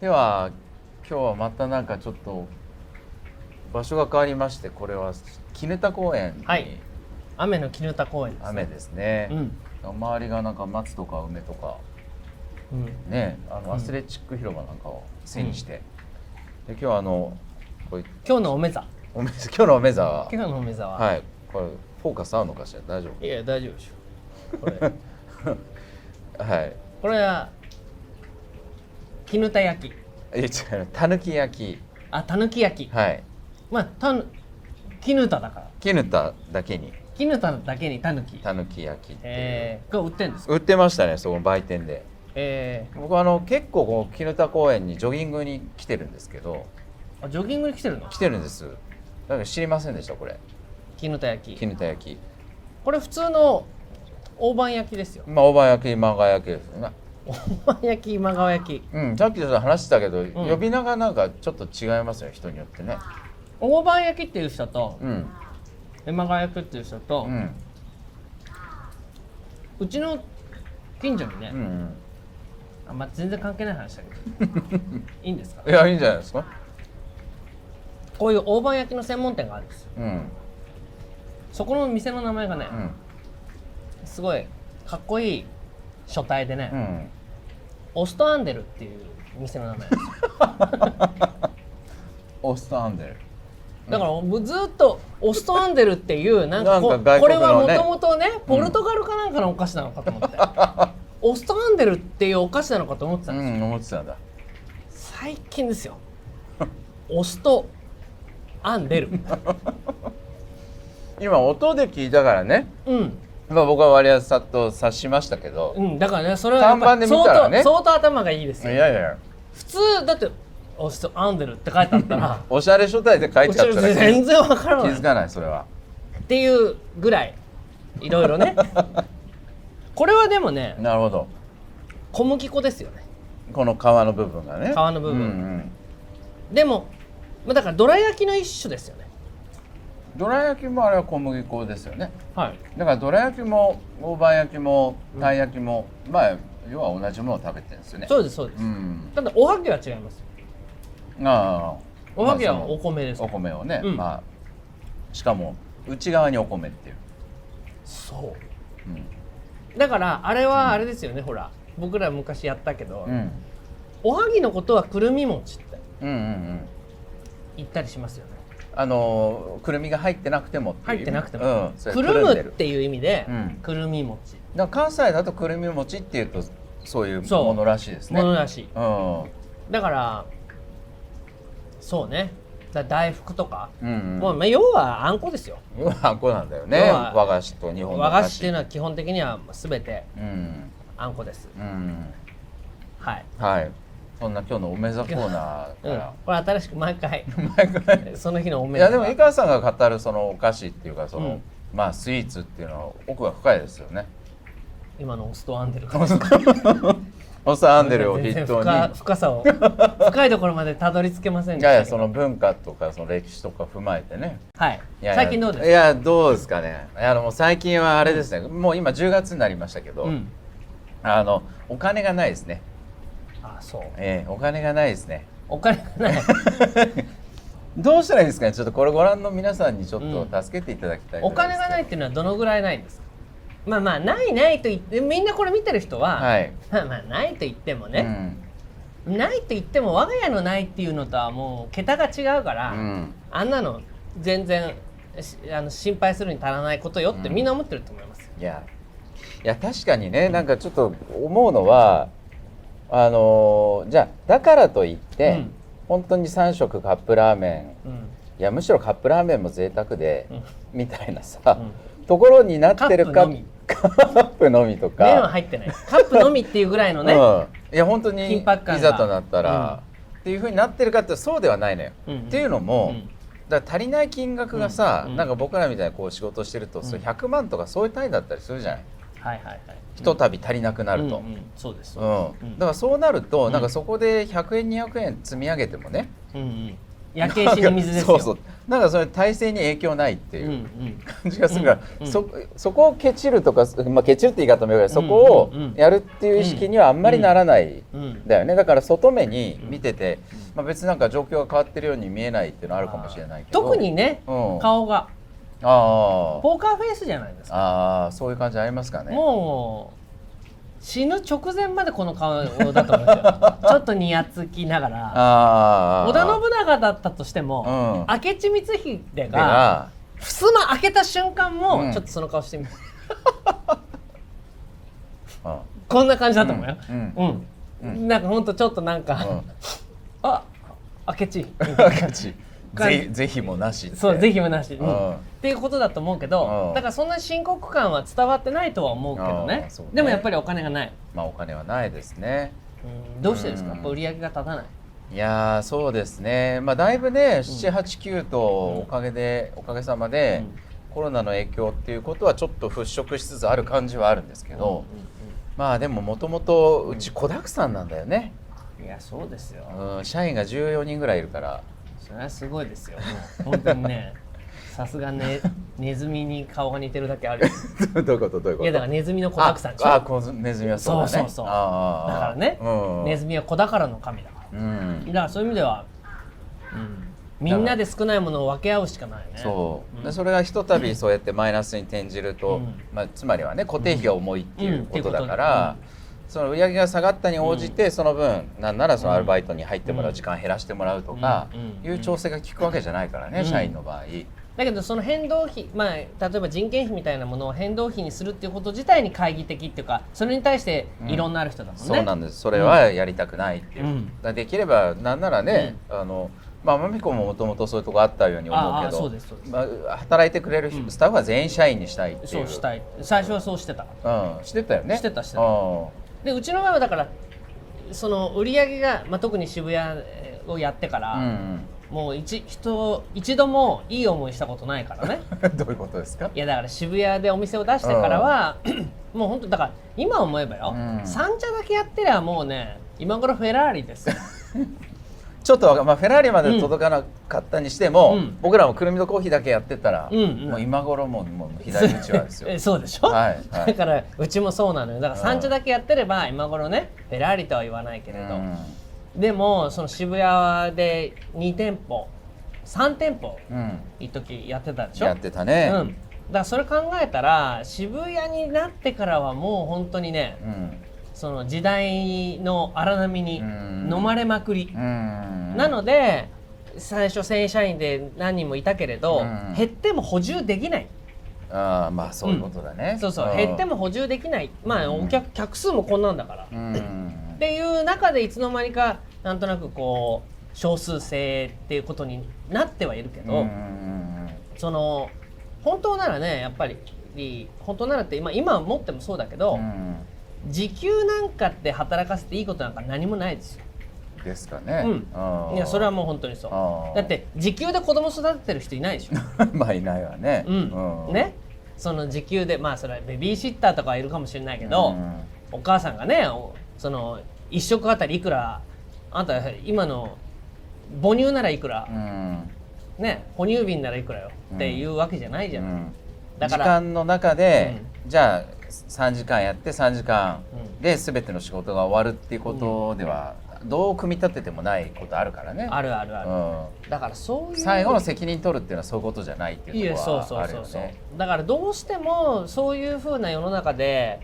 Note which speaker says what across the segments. Speaker 1: では今日はまたなんかちょっと場所が変わりましてこれは杵田公園に
Speaker 2: はい雨の絹田公園です、
Speaker 1: 雨ですね、
Speaker 2: うん、
Speaker 1: 周りがなんか松とか梅とか
Speaker 2: うん、
Speaker 1: ねあ
Speaker 2: うん
Speaker 1: のアスレチック広場なんかを背にして、で今日はあのこれ
Speaker 2: 今日のおめざ
Speaker 1: おめ 今日のお目ざは
Speaker 2: 今日のおめざは、
Speaker 1: はいこれフォーカス合うのかしら大丈
Speaker 2: い、や大丈夫でしょこれ
Speaker 1: 夫はい
Speaker 2: これは絹田焼
Speaker 1: い
Speaker 2: き
Speaker 1: や違うたぬき焼
Speaker 2: あたぬき焼き
Speaker 1: きはい
Speaker 2: まあたぬ絹田だから
Speaker 1: 絹田だけに
Speaker 2: 絹田だけにたぬき
Speaker 1: たぬき焼きっていう、
Speaker 2: えー、が売ってんですか
Speaker 1: 売ってましたねそこの売店で
Speaker 2: え
Speaker 1: 僕はあの結構こう絹田公園にジョギングに来てるんですけど
Speaker 2: ー、あジョギングに来てるの
Speaker 1: 来てるんですだから知りませんでしたこれ
Speaker 2: 絹田焼き
Speaker 1: 絹田焼き
Speaker 2: これ普通の大判焼きですよ
Speaker 1: まあ大判焼き今川焼きですよね
Speaker 2: 大判焼き今川焼き
Speaker 1: うんさっきちょっと話してたけど、呼び名がなんかちょっと違いますよね人によってね
Speaker 2: 大判焼きっていう人と
Speaker 1: うん
Speaker 2: 今川焼きっていう人と、
Speaker 1: うん
Speaker 2: うちの近所にね、
Speaker 1: うん
Speaker 2: あまあ、全然関係ない話だけどいいんですか
Speaker 1: いやいいんじゃないですか
Speaker 2: こういう大判焼きの専門店があるんですよ
Speaker 1: うん
Speaker 2: そこの店の名前がね
Speaker 1: う、ん
Speaker 2: すごいかっこいい書体でね、
Speaker 1: うん
Speaker 2: オストアンデルっていう店の名前なんですよ
Speaker 1: オストアンデル
Speaker 2: だからもうずっとオストアンデルっていうなんかこ
Speaker 1: なんか
Speaker 2: こ
Speaker 1: 外
Speaker 2: れ
Speaker 1: 国の
Speaker 2: はも
Speaker 1: ね
Speaker 2: ともとねポルトガルかなんかのお菓子なのかと思って、 オストアンデルっていうお菓子なのかと思ってた
Speaker 1: うん
Speaker 2: ですよ、
Speaker 1: ん思ってたんだ
Speaker 2: 最近ですよオストアン デル
Speaker 1: 今音で聞いたからね、
Speaker 2: うん
Speaker 1: まあ、僕は割合さっと察しましたけど、
Speaker 2: うん、だからね、それはやっぱ
Speaker 1: 看板で見たらね
Speaker 2: 相当相当頭がいいです
Speaker 1: い
Speaker 2: よ。
Speaker 1: やいや、
Speaker 2: 普通だってオストアンデルって書いてあったら
Speaker 1: おしゃれ書体で書いてあったら気
Speaker 2: 全然わからない
Speaker 1: づかないそれは
Speaker 2: っていうぐらいいろい ろね。これはでもね、
Speaker 1: なるほど
Speaker 2: 小麦粉ですよね。
Speaker 1: この皮の部分がね
Speaker 2: 皮の部分
Speaker 1: うん
Speaker 2: でも、まあ、だからどら焼きの一種ですよね。
Speaker 1: うん、どら焼きもあれは小麦粉ですよね
Speaker 2: はい。
Speaker 1: だからどら焼きも大判焼きもたい焼きも、まあ要は同じものを食べてるんですよね
Speaker 2: そうですそうです。
Speaker 1: うん
Speaker 2: ただおはぎは違いますよ。
Speaker 1: ああ
Speaker 2: おはぎ
Speaker 1: ま
Speaker 2: は
Speaker 1: あその
Speaker 2: お米です。
Speaker 1: お米をね、
Speaker 2: うん
Speaker 1: まあしかも内側にお米っていう、
Speaker 2: そ
Speaker 1: うん
Speaker 2: う。だからあれはあれですよね、ほら。僕ら昔やったけど、
Speaker 1: うん、
Speaker 2: おはぎのことはくるみ餅って
Speaker 1: うんうんうん
Speaker 2: 言ったりしますよね。
Speaker 1: あのーくるみが入ってなくてもっていう
Speaker 2: 入ってなくても、
Speaker 1: うんそれ
Speaker 2: くるむ
Speaker 1: んで
Speaker 2: っていう意味で、
Speaker 1: うん
Speaker 2: くるみ餅
Speaker 1: だから関西だとくるみ餅っていうとそういう
Speaker 2: そう
Speaker 1: ものらしいですね
Speaker 2: もの
Speaker 1: う
Speaker 2: らしい
Speaker 1: ん
Speaker 2: だからそうねだ大福とか、
Speaker 1: うん
Speaker 2: もうまあ、要はあんこですよ
Speaker 1: うんあんこなんだよ
Speaker 2: 要
Speaker 1: ね
Speaker 2: は
Speaker 1: 和菓子と日本の
Speaker 2: 和菓子っていうの
Speaker 1: は
Speaker 2: は基本的には全て
Speaker 1: うん
Speaker 2: あんこです
Speaker 1: うん
Speaker 2: はい、
Speaker 1: はいそんな今日のおめざコーナーか
Speaker 2: うん
Speaker 1: ら、、
Speaker 2: これ新しく毎 回その日のお
Speaker 1: い
Speaker 2: め
Speaker 1: やでも井
Speaker 2: か
Speaker 1: 川さんが語るそのお菓子っていうかその、
Speaker 2: うん
Speaker 1: まあスイーツっていうのは奥が深いですよね
Speaker 2: 今のオストアンデル
Speaker 1: おさアンデルを筆
Speaker 2: 全然
Speaker 1: 頭に
Speaker 2: 深深さ を深いところまでたどり着けません
Speaker 1: い
Speaker 2: でした
Speaker 1: や
Speaker 2: け
Speaker 1: い
Speaker 2: ど
Speaker 1: やその文化とかその歴史とか踏まえてね
Speaker 2: はい
Speaker 1: いやいや
Speaker 2: 最近どうですか
Speaker 1: いやどうですかねいやあのもう最近はあれですね、もう今10月になりましたけど、
Speaker 2: うん、
Speaker 1: あのお金がないですね、
Speaker 2: あそう
Speaker 1: ええお金がないですね
Speaker 2: お金が ない
Speaker 1: どうしたらいいですかねちょっとこれご覧の皆さんにちょっ
Speaker 2: う
Speaker 1: と助けていただきたいぐら
Speaker 2: お金がないいっていうのはどのぐらいないんですかまあまあないないと言ってみんなこれ見てる人は、
Speaker 1: はい
Speaker 2: まあまあないと言っても
Speaker 1: ですけど
Speaker 2: ね、ないと言っても我が家のないっていうのとはもう桁が違うから、
Speaker 1: うん、うん
Speaker 2: あんなの全然しあの心配するに足らないことよってみんな思ってると思います、
Speaker 1: いやいや確かにねなんかちょっと思うのはあのーじゃあだからといって、
Speaker 2: うん
Speaker 1: 本当に3食カップラーメン
Speaker 2: うん
Speaker 1: いやむしろカップラーメンも贅沢で、
Speaker 2: うん
Speaker 1: みたいなさ、ところになってる
Speaker 2: カ
Speaker 1: カ
Speaker 2: ップのみ
Speaker 1: ッカップのみとか
Speaker 2: 麺は入ってないカップのみっていうぐらい のね、
Speaker 1: うん、いや本当にい
Speaker 2: 緊迫感が
Speaker 1: ざとなったら、っていうふうになってるかってそうではないのよ。
Speaker 2: うんうん
Speaker 1: っていうのも、
Speaker 2: うん
Speaker 1: だから足りない金額がさ、
Speaker 2: うんうん
Speaker 1: なんか僕らみたいにこう仕事してると、それ100万とかそういう単位だったりするじゃない、
Speaker 2: はいはいはい
Speaker 1: ひとたび足りなくなると。
Speaker 2: うんうんそうです
Speaker 1: う
Speaker 2: そうんうん
Speaker 1: だからそうなると、
Speaker 2: ん
Speaker 1: なんかそこで100円200円積み上げてもね
Speaker 2: です、うんうん、焼け石の水です よ
Speaker 1: そうそうなんかそれ体制に影響ないっていううん感じがするから、
Speaker 2: うんうん
Speaker 1: そそこをケチるとか、まあ、ケチるって言い方もよくないそこを
Speaker 2: うんうんうん
Speaker 1: やるっていう意識にはあんまりならない
Speaker 2: うんうん
Speaker 1: だよねだから外目に見てて、まあ、別になんか状況が変わってるように見えないっていうのはあるかもしれないけど
Speaker 2: 特にね、
Speaker 1: うん
Speaker 2: 顔が
Speaker 1: あー
Speaker 2: ポーカーフェイスじゃないですか
Speaker 1: あーそういう感じありますかね
Speaker 2: もう死ぬ直前までこの顔だと思うんですよ ちょっとにやつきながら
Speaker 1: ああ
Speaker 2: 織田信長だったとしても、
Speaker 1: うん
Speaker 2: 明智光秀
Speaker 1: 信
Speaker 2: が
Speaker 1: が
Speaker 2: 襖開けた瞬間も、
Speaker 1: うん
Speaker 2: ちょっとその顔してみる
Speaker 1: うん
Speaker 2: こんな感じだと思うよ
Speaker 1: うん
Speaker 2: うん、
Speaker 1: うん
Speaker 2: なんかほんとちょっとなんか、
Speaker 1: うん
Speaker 2: あ明智
Speaker 1: 赤字
Speaker 2: 感じ
Speaker 1: ぜぜひもなしって
Speaker 2: そうぜひもなし、う
Speaker 1: うんん
Speaker 2: っていうことだと思うけ
Speaker 1: う
Speaker 2: ど
Speaker 1: ん
Speaker 2: だからそんな深刻感は伝わってないとは思うけど
Speaker 1: あ
Speaker 2: ね
Speaker 1: ーそうね
Speaker 2: でもやっぱりお金がない、
Speaker 1: まあお金はないですね
Speaker 2: うんどうしてですか、
Speaker 1: うん
Speaker 2: やっぱ売り上げが立たない
Speaker 1: いやーそうですねまあだいぶね789とおかげでおかげさまで、コロナの影響っていうことはちょっと払拭しつつある感じはあるんですけど、まあでももともとうち子だくさんなんだよね、
Speaker 2: いやそうですよ
Speaker 1: うん、社員が14人ぐらいいるから
Speaker 2: それはすごいですよもう本当にねさすがねネズミに顔が似てるだけ あるよ
Speaker 1: どういうことどういうこと
Speaker 2: いやだからネズミの子だくさんでし
Speaker 1: ああ
Speaker 2: ょ
Speaker 1: こうネズミはそうだね
Speaker 2: そうそうそうだ
Speaker 1: あー
Speaker 2: からね、
Speaker 1: うん、
Speaker 2: ネズミは子宝の神だから
Speaker 1: うん
Speaker 2: だからそういう意味では、みんなで少ないものを分け合うしかないよね
Speaker 1: そう、
Speaker 2: ん
Speaker 1: でそれがひとたびそうやってマイナスに転じると、
Speaker 2: うん
Speaker 1: まあ、つまりはね固定費が重いってい
Speaker 2: うん
Speaker 1: うことだから、その売り上げが下がったに応じて、その分なんならそのアルバイトに入ってもらう時間減らしてもらうとか
Speaker 2: うん
Speaker 1: いう調整が効くわけじゃないからね、
Speaker 2: うん
Speaker 1: 社員の場合。
Speaker 2: だけどその変動費、まあ、例えば人件費みたいなものを変動費にするっていうこと自体に懐疑的っていうかそれに対して異論のある人だもんね、
Speaker 1: そうなんですそれはやりたくないっていう、
Speaker 2: うん
Speaker 1: だからできればなんならね、あのまあまみこももともとそういうとこあったように思うけ
Speaker 2: ああそ
Speaker 1: ど
Speaker 2: うですそうです
Speaker 1: まあ、働いてくれる人スタッフは全員社員にしたいっていう
Speaker 2: そうしたい最初はそうしてた
Speaker 1: うん、してたよね
Speaker 2: してたしてた
Speaker 1: うん
Speaker 2: でうちの場合はだからその売り上げが、まあ、特に渋谷をやってから、
Speaker 1: うん
Speaker 2: もう一人一度もいい思いしたことないからね
Speaker 1: うん、どういうことですか
Speaker 2: いやだから渋谷でお店を出してからは、 もう本当だから今思えばよ、
Speaker 1: うん
Speaker 2: 三茶だけやってりゃもうね今頃フェラーリですよ
Speaker 1: ちょっとわか、まあ、フェラーリまで届かなかったにしても、
Speaker 2: うん
Speaker 1: 僕らもくるみのコーヒーだけやってたら、
Speaker 2: うんうん
Speaker 1: もう今頃もうもう左打ちはですよ
Speaker 2: え。 そうでしょ、
Speaker 1: はいはい
Speaker 2: だからうちもそうなのよだから三茶だけやってれば今頃ねフェラーリとは言わないけれど、でもその渋谷で2店舗3店舗
Speaker 1: うん、うん
Speaker 2: 一時やってたでしょ
Speaker 1: やってたね。
Speaker 2: うん、だからそれ考えたら渋谷になってからはもう本当にね
Speaker 1: うん
Speaker 2: その時代の荒波に
Speaker 1: うん
Speaker 2: 飲まれまくり、
Speaker 1: うん
Speaker 2: なので最初正社員で何人もいたけれど、
Speaker 1: うん
Speaker 2: 減っても補充できない
Speaker 1: ああまあそういうことだね。
Speaker 2: そうそう減って
Speaker 1: も、
Speaker 2: も補充できないまあ
Speaker 1: うん
Speaker 2: お客客数もこんなんだから、
Speaker 1: う
Speaker 2: っ
Speaker 1: ん、
Speaker 2: ていう中でいつの間にかなんとなくこう少数制っていうことになってはいるけ
Speaker 1: うんう
Speaker 2: ど、
Speaker 1: ん
Speaker 2: その本当ならねやっぱり本当ならって今今持ってもそうだけど、
Speaker 1: うん
Speaker 2: 時給なんかって働かせていいことなんか何もないですよ
Speaker 1: ですかね。
Speaker 2: うん
Speaker 1: ああ
Speaker 2: いやそれはもう本当にそう
Speaker 1: ああ
Speaker 2: だって時給で子供育ててる人いないでしょ
Speaker 1: まあいないわね。
Speaker 2: うん
Speaker 1: うん
Speaker 2: ねその時給でまあそれはベビーシッターとかはいるかもしれないけ
Speaker 1: う
Speaker 2: ど、
Speaker 1: ん
Speaker 2: お母さんがねおその1食あたりいくらあんた今の母乳ならいくら
Speaker 1: う、ん
Speaker 2: ね哺乳瓶ならいくらよっていうわけじゃないじゃ
Speaker 1: う
Speaker 2: ない、
Speaker 1: ん
Speaker 2: だから
Speaker 1: 時間の中で、じゃあ3時間やって3時間
Speaker 2: うん
Speaker 1: で全ての仕事が終わるっていうことでは、どう組み立ててもないことあるからね。
Speaker 2: あるあるある、
Speaker 1: う、
Speaker 2: だからそういうん
Speaker 1: 最後の責任取るっていうのはそういうことじゃないって
Speaker 2: い
Speaker 1: いう
Speaker 2: や
Speaker 1: とこ
Speaker 2: そう
Speaker 1: ろ
Speaker 2: そ
Speaker 1: はあ
Speaker 2: う
Speaker 1: る
Speaker 2: そ
Speaker 1: よ
Speaker 2: うそう、
Speaker 1: ね。
Speaker 2: だからどうしてもそういうふうな世の中で、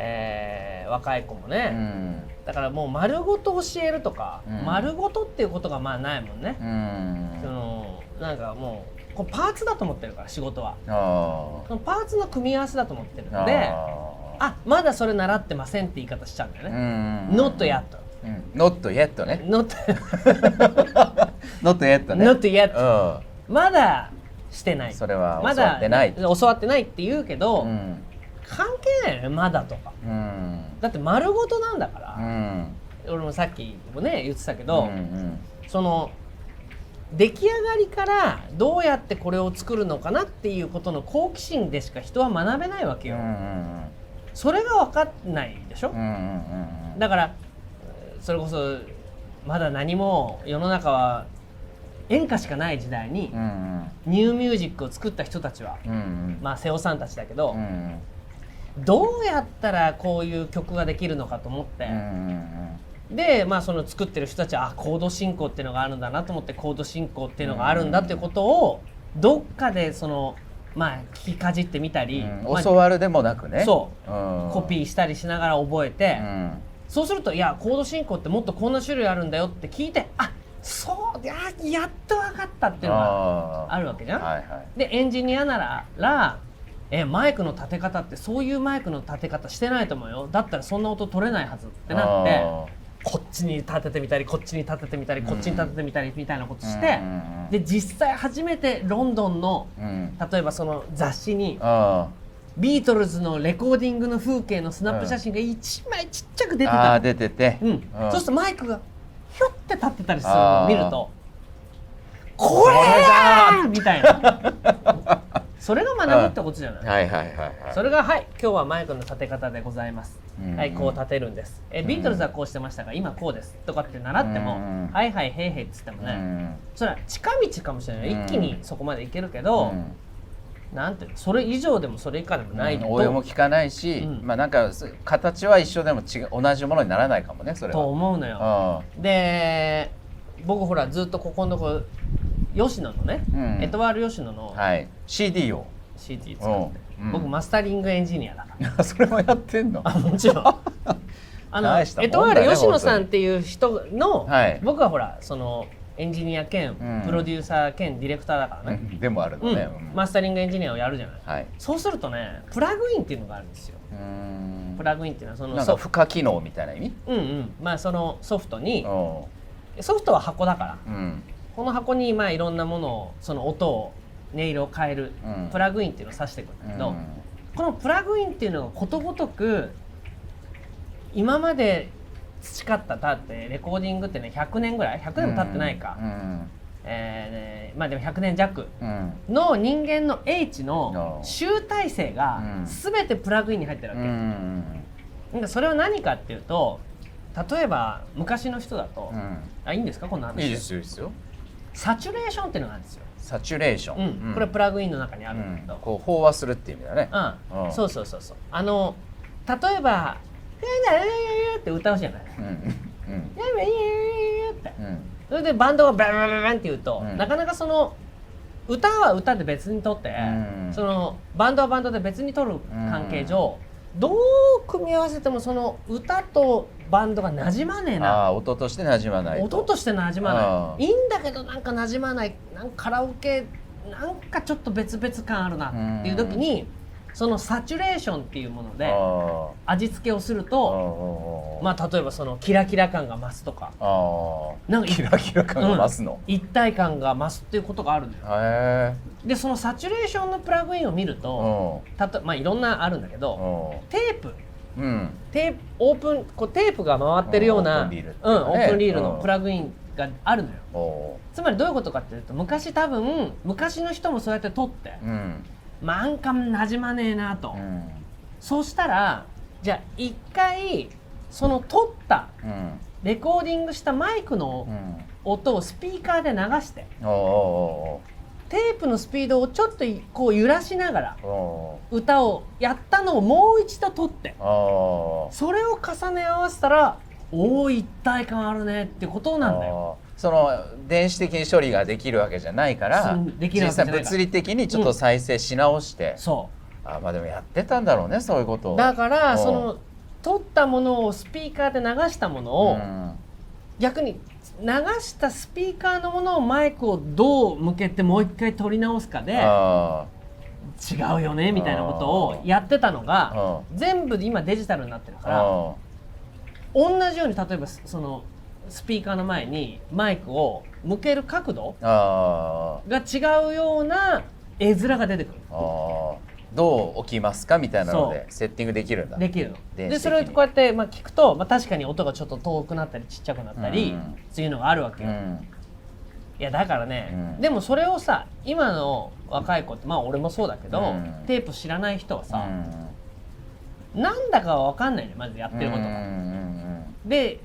Speaker 2: えー若い子も
Speaker 1: う
Speaker 2: ね、
Speaker 1: ん
Speaker 2: だからもう丸ごと教えるとか、
Speaker 1: うん
Speaker 2: 丸ごとっていうことがまあないもんね
Speaker 1: う、
Speaker 2: そ
Speaker 1: ん
Speaker 2: のなんかもうこうパーツだと思ってるから仕事は
Speaker 1: あ
Speaker 2: そのパーツの組み合わせだと思ってる
Speaker 1: ー
Speaker 2: のであ
Speaker 1: あ
Speaker 2: まだそれ習ってませんって言い方しちゃうんだよね
Speaker 1: ー
Speaker 2: 「not yet」
Speaker 1: うん、not yet ね
Speaker 2: not
Speaker 1: not yet ね
Speaker 2: not yet
Speaker 1: うん
Speaker 2: まだしてない
Speaker 1: それは
Speaker 2: ま
Speaker 1: 教わ
Speaker 2: だ
Speaker 1: ってない
Speaker 2: 教わってないって言うけど、
Speaker 1: うん
Speaker 2: 関係ないよねまだとか
Speaker 1: うん
Speaker 2: だって丸ごとなんだか
Speaker 1: う
Speaker 2: ら、
Speaker 1: ん
Speaker 2: 俺もさっきもね言ってたけ
Speaker 1: う
Speaker 2: ど、
Speaker 1: んうん
Speaker 2: その出来上がりからどうやってこれを作るのかなっていうことの好奇心でしか人は学べないわけ
Speaker 1: う
Speaker 2: よ、
Speaker 1: んうん
Speaker 2: それが分かんないでしょ、
Speaker 1: うんうんうん
Speaker 2: だからえーそれこそまだ何も世の中は演歌しかない時代に
Speaker 1: うんうん
Speaker 2: ニューミュージックを作った人たちは、
Speaker 1: うんうん
Speaker 2: まあ、瀬尾さんたちだけど
Speaker 1: う、ん
Speaker 2: どうやったらこういう曲ができるのかと思って
Speaker 1: うんう、ん
Speaker 2: で、まあ、その作ってる人たちはあコード進行っていうのがあるんだなと思ってコード進行っていうのがあるんだっていうことをどっかでその、まあ、聞きかじってみたり、
Speaker 1: うん
Speaker 2: まあ
Speaker 1: 教わるでもなくね
Speaker 2: そ
Speaker 1: うん
Speaker 2: コピーしたりしながら覚えて、
Speaker 1: うん
Speaker 2: そうするといやコード進行ってもっとこんな種類あるんだよって聞いてあそうややっと分かったっていうのが
Speaker 1: あー
Speaker 2: あるわけじゃん。
Speaker 1: はいはい
Speaker 2: でエンジニアなららえマイクの立て方ってそういうマイクの立て方してないと思うよだったらそんな音取れないはずってなって
Speaker 1: あ
Speaker 2: こっちに立ててみたりこっちに立ててみたりこっちに立ててみたりみたいなこと
Speaker 1: ー
Speaker 2: して
Speaker 1: うんうんうん
Speaker 2: で実際初めてロンドンの
Speaker 1: うん
Speaker 2: 例えばその雑誌に
Speaker 1: あ
Speaker 2: ビートルズのレコーディングの風景のスナップ写真が1枚ちっちゃく出て
Speaker 1: ー
Speaker 2: た
Speaker 1: あ
Speaker 2: の
Speaker 1: ー出てて
Speaker 2: うん
Speaker 1: ん
Speaker 2: そうするとマイクがひょって立ってたりするのを見るとこ
Speaker 1: れ
Speaker 2: れ
Speaker 1: だ
Speaker 2: だーみたいなそれが学ぶってことじゃない
Speaker 1: はいはいはいはい
Speaker 2: それがはい今日はマイクの立て方でございます、
Speaker 1: うん
Speaker 2: はいこう立てるんですえビートルズはこうしてましたが今こうですとかって習っても、
Speaker 1: うん
Speaker 2: はいはいへいへいっつっても
Speaker 1: う
Speaker 2: ね、
Speaker 1: ん
Speaker 2: それは近道かもしれない、
Speaker 1: うん
Speaker 2: 一気にそこまでいけるけ
Speaker 1: う
Speaker 2: ど、
Speaker 1: ん
Speaker 2: なんていうのそれ以上でもそれ以下でもないと、
Speaker 1: 応用も効かないし、
Speaker 2: うん
Speaker 1: まあなんかす形は一緒でも違う同じものにならないかもねそれ
Speaker 2: と
Speaker 1: は。
Speaker 2: 思うのよで僕ほらずっとここのとこ吉野のね、
Speaker 1: うん
Speaker 2: エトワール吉野の
Speaker 1: うんはい、CD を
Speaker 2: CD 使って、
Speaker 1: うんうん
Speaker 2: 僕マスタリングエンジニアだから
Speaker 1: それもやってんの
Speaker 2: あも ちろんあの、
Speaker 1: 大したも
Speaker 2: エ
Speaker 1: んだ
Speaker 2: ト
Speaker 1: ね
Speaker 2: ワール吉野さんっていう人の、
Speaker 1: はい
Speaker 2: 僕はほらそのエンジニア
Speaker 1: う
Speaker 2: 兼、
Speaker 1: ん
Speaker 2: プロデューサー兼ディレクターだからね、
Speaker 1: でもある
Speaker 2: う
Speaker 1: の
Speaker 2: ん
Speaker 1: ね、うん
Speaker 2: マスタリングエンジニアをやるじゃない
Speaker 1: はい
Speaker 2: そうするとねプラグインっていうのがあるんですよ
Speaker 1: うーん
Speaker 2: プラグインっていうのはそ
Speaker 1: な
Speaker 2: の
Speaker 1: んか
Speaker 2: ソ
Speaker 1: 付加機能みたいな意味
Speaker 2: うんうんまあ、そのソフトに
Speaker 1: お
Speaker 2: ソフトは箱だから
Speaker 1: ううん
Speaker 2: この箱にまあいろんなものをその音を音色を変える
Speaker 1: うん
Speaker 2: プラグインっていうのを指していくんだけど、
Speaker 1: うん
Speaker 2: このプラグインっていうのがことごとく今まで培ったたってレコーディングってね100年ぐらい100年も経ってないか、
Speaker 1: うん
Speaker 2: えーねまあでも100年弱
Speaker 1: うん
Speaker 2: の人間の H の
Speaker 1: あー
Speaker 2: 集大成
Speaker 1: う
Speaker 2: が
Speaker 1: ん
Speaker 2: 全てプラグインに入ってるわ
Speaker 1: う
Speaker 2: け、
Speaker 1: ん
Speaker 2: なんかそれは何かっていうと例えば昔の人だと、
Speaker 1: う
Speaker 2: あいいんですかこんな話
Speaker 1: んいいですよいいですよ
Speaker 2: サチュレーションっていうのがあるんですよ、
Speaker 1: サチュレーショ
Speaker 2: うん
Speaker 1: ン、うん
Speaker 2: これプラグインの中にあ
Speaker 1: う
Speaker 2: るんだけ
Speaker 1: ん
Speaker 2: ど、
Speaker 1: こう飽和するっていう意味だね
Speaker 2: うん
Speaker 1: うん
Speaker 2: そうそうそうそうあの例えば「やだやだやだ」って歌うじゃない「や
Speaker 1: うんうん
Speaker 2: だやだやだ」って
Speaker 1: うん
Speaker 2: それでバンドがバンバンバンバンって言うと、
Speaker 1: うん
Speaker 2: なかなかその歌は歌で別にとって、
Speaker 1: うん
Speaker 2: そのバンドはバンドで別にとる関係上、どう組み合わせてもその歌とバンドが馴染まねえな
Speaker 1: ああ音として馴染まない
Speaker 2: 音として馴染
Speaker 1: あ
Speaker 2: ま
Speaker 1: あ
Speaker 2: ないいいんだけどなんか馴染まないなんかカラオケなんかちょっと別々感あるなっていう時にそのサチュレーションっていうもので
Speaker 1: あ
Speaker 2: 味付けをする
Speaker 1: あ
Speaker 2: とまあ例えばそのキラキラ感が増すとか
Speaker 1: ああ
Speaker 2: なんか
Speaker 1: キラキラ感が増すの、
Speaker 2: うん一体感が増すっていうことがあるんだよ
Speaker 1: へえ
Speaker 2: でそのサチュレーションのプラグインを見る
Speaker 1: う
Speaker 2: と
Speaker 1: んう
Speaker 2: たとまあいろんなあるんだけど
Speaker 1: ん
Speaker 2: テープ
Speaker 1: うん
Speaker 2: テープオープンこうテープが回ってるよう
Speaker 1: うんオープ
Speaker 2: な
Speaker 1: ンリールっていう
Speaker 2: うん
Speaker 1: かね
Speaker 2: オープンリールの
Speaker 1: うん
Speaker 2: プラグインがあるのよ
Speaker 1: お
Speaker 2: つまりどういうことかっていうと昔多分昔の人もそうやって撮って
Speaker 1: ーうん
Speaker 2: まあなんかなじまねえなと、
Speaker 1: うん
Speaker 2: そうしたらじゃあ一回その撮った
Speaker 1: うん
Speaker 2: レコーディングしたマイク
Speaker 1: う
Speaker 2: の
Speaker 1: ん
Speaker 2: 音をスピーカーで流して
Speaker 1: おーお
Speaker 2: テープのスピードをちょっとこう揺らしながら
Speaker 1: ーおーお
Speaker 2: 歌をやったのをもう一度撮って
Speaker 1: ーおー
Speaker 2: それを重ね合わせたらおお一体感あるねってことなんだよ。
Speaker 1: あーその電子的に処理ができるわけじゃないから
Speaker 2: そうできる
Speaker 1: 実
Speaker 2: わけじゃ
Speaker 1: 際
Speaker 2: ないから
Speaker 1: 物理的にちょっと再生し直して、
Speaker 2: そう
Speaker 1: あまあでもやってたんだろうねそういうことを
Speaker 2: だから
Speaker 1: うん
Speaker 2: その取ったものをスピーカーで流したものを、
Speaker 1: うん
Speaker 2: 逆に流したスピーカーのものをマイクをどう向けてもう一回取り直すかで
Speaker 1: あ
Speaker 2: 違うよねみたいなことをやってたのが
Speaker 1: あ
Speaker 2: 全部今デジタルになってるから
Speaker 1: あ
Speaker 2: 同じように例えばそのスピーカーの前にマイクを向ける角度
Speaker 1: あ
Speaker 2: が違うような絵面が出てくる
Speaker 1: ーあーどう置きますかみたいなのでセッティングできるんだ
Speaker 2: できるの
Speaker 1: 電子的に
Speaker 2: でそれをこうやってまあ聞くと、まあ、確かに音がちょっと遠くなったりちっちゃくなったり、
Speaker 1: うん
Speaker 2: っていうのがあるわけ
Speaker 1: う
Speaker 2: よ、
Speaker 1: ん
Speaker 2: いやだからね、
Speaker 1: うん
Speaker 2: でもそれをさ今の若い子ってまあ俺もそうだけど、
Speaker 1: うん
Speaker 2: テープ知らない人は
Speaker 1: う
Speaker 2: さ、
Speaker 1: ん
Speaker 2: なんだかは分かんないねまずやってること
Speaker 1: うんう
Speaker 2: が。
Speaker 1: ん
Speaker 2: で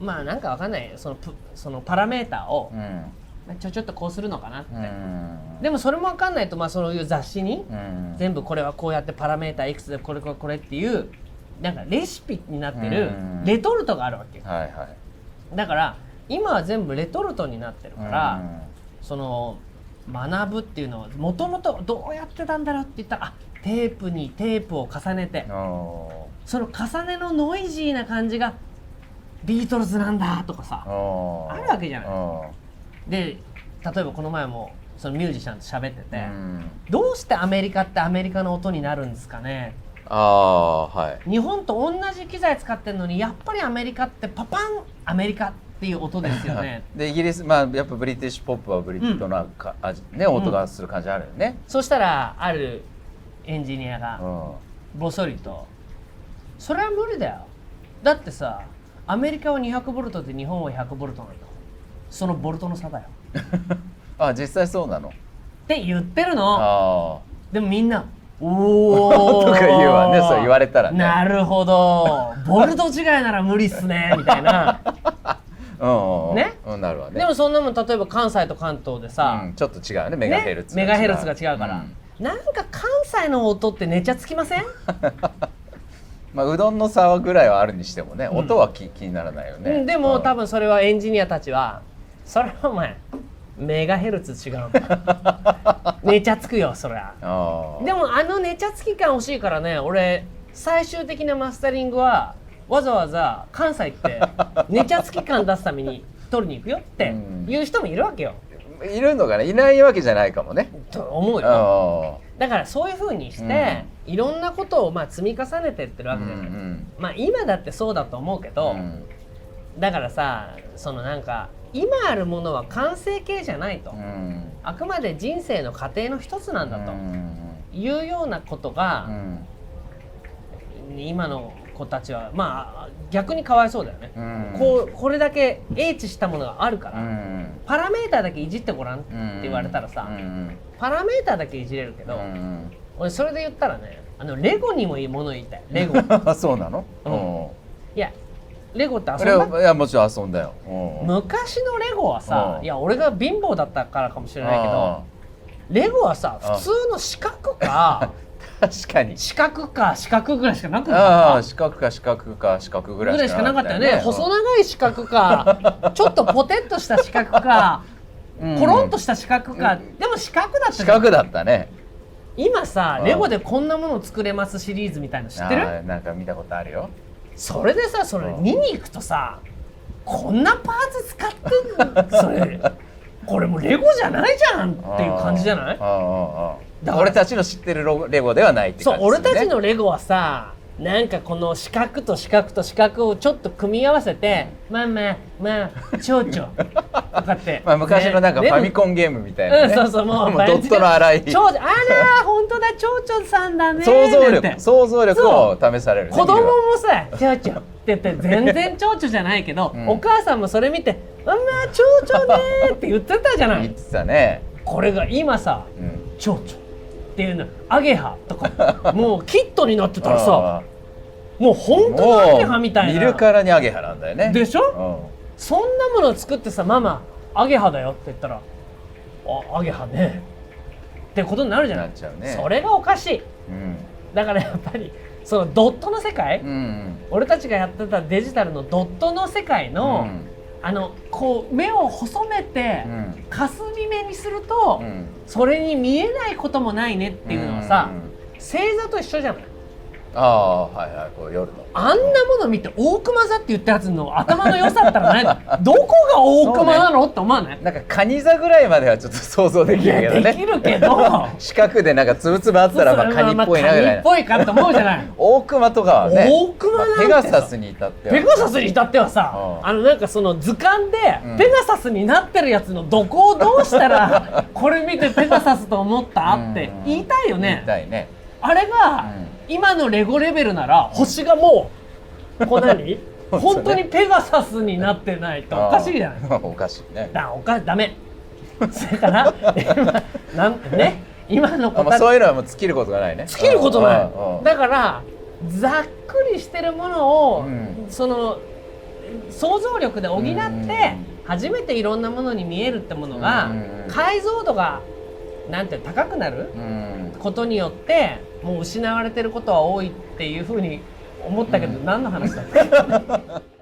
Speaker 2: まあなんか分かんないそのプそのパラメーターを
Speaker 1: うんうん
Speaker 2: まあちょちょっとこうするのかなって、
Speaker 1: うん
Speaker 2: でもそれも分かんないと、まあ、そういう雑誌に
Speaker 1: うん
Speaker 2: 全部これはこうやってパラメータいくつでこれこれこれっていうなんかレシピになってる
Speaker 1: うん
Speaker 2: レトルトがあるわけよ
Speaker 1: はいはい
Speaker 2: だから今は全部レトルトになってるから、その学ぶっていうのはもともとどうやってたんだろうって言ったらあテープにテープを重ねて
Speaker 1: うんお
Speaker 2: その重ねのノイジーな感じがビートルズなんだとか
Speaker 1: ー
Speaker 2: さ
Speaker 1: おー
Speaker 2: あるわけじゃない
Speaker 1: お
Speaker 2: で例えばこの前もそのミュージシャンと喋ってて、
Speaker 1: ーうん
Speaker 2: どうしてアメリカってアメリカの音になるんですかね
Speaker 1: ああはい
Speaker 2: 日本と同じ機材使ってるのにやっぱりアメリカってパパンアメリカっていう音ですよ ね
Speaker 1: でイギリスまあやっぱブリティッシュポップはブリッドなか、味ね音がする感じあるよね。
Speaker 2: そしたらあるエンジニア
Speaker 1: う
Speaker 2: が
Speaker 1: ん。
Speaker 2: ぼそりと「それは無理だよだってさアメリカは200ボルトで日本は100ボルトなんだそのボルトの差だよ」
Speaker 1: あ実際そうなの。
Speaker 2: って言ってるの
Speaker 1: あ
Speaker 2: でもみんな「おお」
Speaker 1: とか言うわねそう言われたらね
Speaker 2: なる ほどボルト違いなら無理っすねみたいな
Speaker 1: あ。うんうんうん。
Speaker 2: ね
Speaker 1: うんなるわね。
Speaker 2: でもそんなもん例えば関西と関東でさ、
Speaker 1: うんちょっと違うねメガヘルツ。
Speaker 2: ねメガヘルツが違うから、
Speaker 1: ん
Speaker 2: なんか関西の音って寝ちゃつきません、
Speaker 1: まあうどんの差ぐらいはあるにしてもね
Speaker 2: ん
Speaker 1: 音は気気にならないよね。
Speaker 2: うんでも、
Speaker 1: うん
Speaker 2: 多分それはエンジニアたちはそれはお前メガヘルツ違うも ん寝ちゃつくよそりゃ
Speaker 1: ああ。
Speaker 2: でもあの寝ちゃつき感欲しいからね俺最終的なマスタリングはわざわざ関西って 寝ちゃつき感出すために取りに行くよっていう人もいるわけよ、
Speaker 1: いるのかないないわけじゃないかもね。
Speaker 2: と思うよ、
Speaker 1: あ
Speaker 2: だからそういうふうにして、いろんなことをまあ積み重ねてってる
Speaker 1: あ。
Speaker 2: わ
Speaker 1: う
Speaker 2: けじゃない、
Speaker 1: ん
Speaker 2: まあ今だってそうだと思うけ
Speaker 1: う
Speaker 2: ど、
Speaker 1: ん。
Speaker 2: だからさそのなんか今あるものは完成形じゃないと、
Speaker 1: うん。
Speaker 2: あくまで人生の過程の一つなんだと
Speaker 1: う、ん
Speaker 2: いうようなこと
Speaker 1: う
Speaker 2: が、
Speaker 1: ん。
Speaker 2: 今の子たちはまあ逆にかわいそうだよね、
Speaker 1: うん
Speaker 2: こうこれだけ英知したものがあるか
Speaker 1: う
Speaker 2: ら、
Speaker 1: ん。
Speaker 2: パラメーターだけいじってごらんって
Speaker 1: うん
Speaker 2: 言われたらさ、
Speaker 1: うん
Speaker 2: パラメーターだけいじれるけ
Speaker 1: う
Speaker 2: ど、
Speaker 1: ん。
Speaker 2: 俺それで言ったらねあのレゴにもいいもの言いたいレゴい
Speaker 1: あ そうなの？
Speaker 2: うん
Speaker 1: うん。
Speaker 2: やレゴって遊ん
Speaker 1: それ
Speaker 2: だ
Speaker 1: はいやもちろん遊んだよ。うん
Speaker 2: 昔のレゴはさ、
Speaker 1: うん
Speaker 2: いや俺が貧乏だったからかもしれないけどレゴはさ
Speaker 1: うん
Speaker 2: 普通の四 角か
Speaker 1: あー確かに。
Speaker 2: 四角か四角ぐらいしかなく
Speaker 1: あ
Speaker 2: な
Speaker 1: あ
Speaker 2: かっ
Speaker 1: 四角か四角か四角ぐら
Speaker 2: たぐ
Speaker 1: い
Speaker 2: らいしかなかったよね細
Speaker 1: い
Speaker 2: 長い四角 かちょっとポテッとした四角かコロンとした四角か、でも四角だった
Speaker 1: 四
Speaker 2: じゃん
Speaker 1: 角だったね。
Speaker 2: 今さ
Speaker 1: うん
Speaker 2: レゴでこんなもの作れますシリーズみたいの知って
Speaker 1: あ
Speaker 2: る
Speaker 1: ーなんか見たことあるよ。
Speaker 2: それでさそれ
Speaker 1: うん
Speaker 2: 見に行くとさこんなパーツ使ってんのそれこれもうレゴじゃないじゃんっていう感じじゃない
Speaker 1: あーあーあー
Speaker 2: だから
Speaker 1: 俺たちの知ってるロゴレゴではないって
Speaker 2: そ
Speaker 1: 感
Speaker 2: う
Speaker 1: じです
Speaker 2: 俺
Speaker 1: ね。
Speaker 2: たちのレゴはさなんかこの四角と四角と四角をちょっと組み合わせて「まあまあまあちょうちょ」とかって
Speaker 1: まあ昔のなんかファミ
Speaker 2: ン
Speaker 1: コンゲームみたいな
Speaker 2: う
Speaker 1: ね。
Speaker 2: んそうそうも う
Speaker 1: ドットの荒い
Speaker 2: ちょうちょあら本当だちょうちょさんだね
Speaker 1: 想像
Speaker 2: なんて
Speaker 1: 力想像力を試されるね。
Speaker 2: 子供
Speaker 1: 見るわ
Speaker 2: もさ「ちょうちょ」って言って全然ちょうちょじゃないけど、
Speaker 1: うん
Speaker 2: お母さんもそれ見て「まあまあちょうちょね」って言ってたじゃな
Speaker 1: 言っ
Speaker 2: い
Speaker 1: てたね。
Speaker 2: これが今さ
Speaker 1: うん
Speaker 2: 「ちょうちょ」っていうのアゲハとかもうキットになってたら さ
Speaker 1: あー
Speaker 2: もう本当のアゲハみたい
Speaker 1: 見る
Speaker 2: な
Speaker 1: からにアゲハなんだよね
Speaker 2: でし
Speaker 1: ょ、
Speaker 2: そんなものを作ってさ「ママアゲハだよ」って言ったら「あアゲハね」ってことになるじ
Speaker 1: うん、
Speaker 2: ゃな
Speaker 1: ないっちゃうね
Speaker 2: それがおかしい
Speaker 1: うん
Speaker 2: だからやっぱりそのドットの世界、
Speaker 1: うん
Speaker 2: 俺たちがやってたデジタルのドットの世界
Speaker 1: う
Speaker 2: の、
Speaker 1: ん
Speaker 2: あのこう目を細めて、
Speaker 1: うん
Speaker 2: 霞目にすると、
Speaker 1: うん
Speaker 2: それに見えないこともないねっていうのはさ、
Speaker 1: ん
Speaker 2: 星座と一緒じゃない
Speaker 1: ああはいはいこう夜の
Speaker 2: あんなもの見て大熊座って言ったやつの頭の良さったらない どこが大熊なの、って思わない
Speaker 1: なんかカニ座ぐらいまではちょっと想像できるけど
Speaker 2: いや
Speaker 1: ね
Speaker 2: できるけど
Speaker 1: 四角でなんかつぶつぶあったらまあカニっぽいなぐらい
Speaker 2: カニっぽいかと思うじゃない
Speaker 1: 大熊とかはね
Speaker 2: 大熊なんて
Speaker 1: ペガサスに至っては
Speaker 2: ペガサスに至ってはさ、
Speaker 1: うん
Speaker 2: あのなんかその図鑑で
Speaker 1: うん
Speaker 2: ペガサスになってるやつのどこをどうしたらこれ見てペガサスと思ったって
Speaker 1: うん
Speaker 2: 言いたいよ
Speaker 1: み
Speaker 2: ね
Speaker 1: たいね
Speaker 2: あれが
Speaker 1: うん
Speaker 2: 今のレゴレベルなら星がもうこ う何本当にペガサスになってないとおかしいじゃない
Speaker 1: ああ おかしいね
Speaker 2: だおかダメそれから 今なんね今の
Speaker 1: あ
Speaker 2: 子
Speaker 1: まあ
Speaker 2: たち
Speaker 1: そういうのはもう尽きることがないね
Speaker 2: 尽きることな
Speaker 1: うんうんう
Speaker 2: い
Speaker 1: ん
Speaker 2: だからざっくりしてるものを、
Speaker 1: うん
Speaker 2: その想像力で補って、
Speaker 1: うん
Speaker 2: 初めていろんなものに見えるってものが
Speaker 1: うん
Speaker 2: 解像度がなんて高くなる
Speaker 1: うん
Speaker 2: ことによってもう失われてることは多いっていうふうに思ったけど、何の話だっけ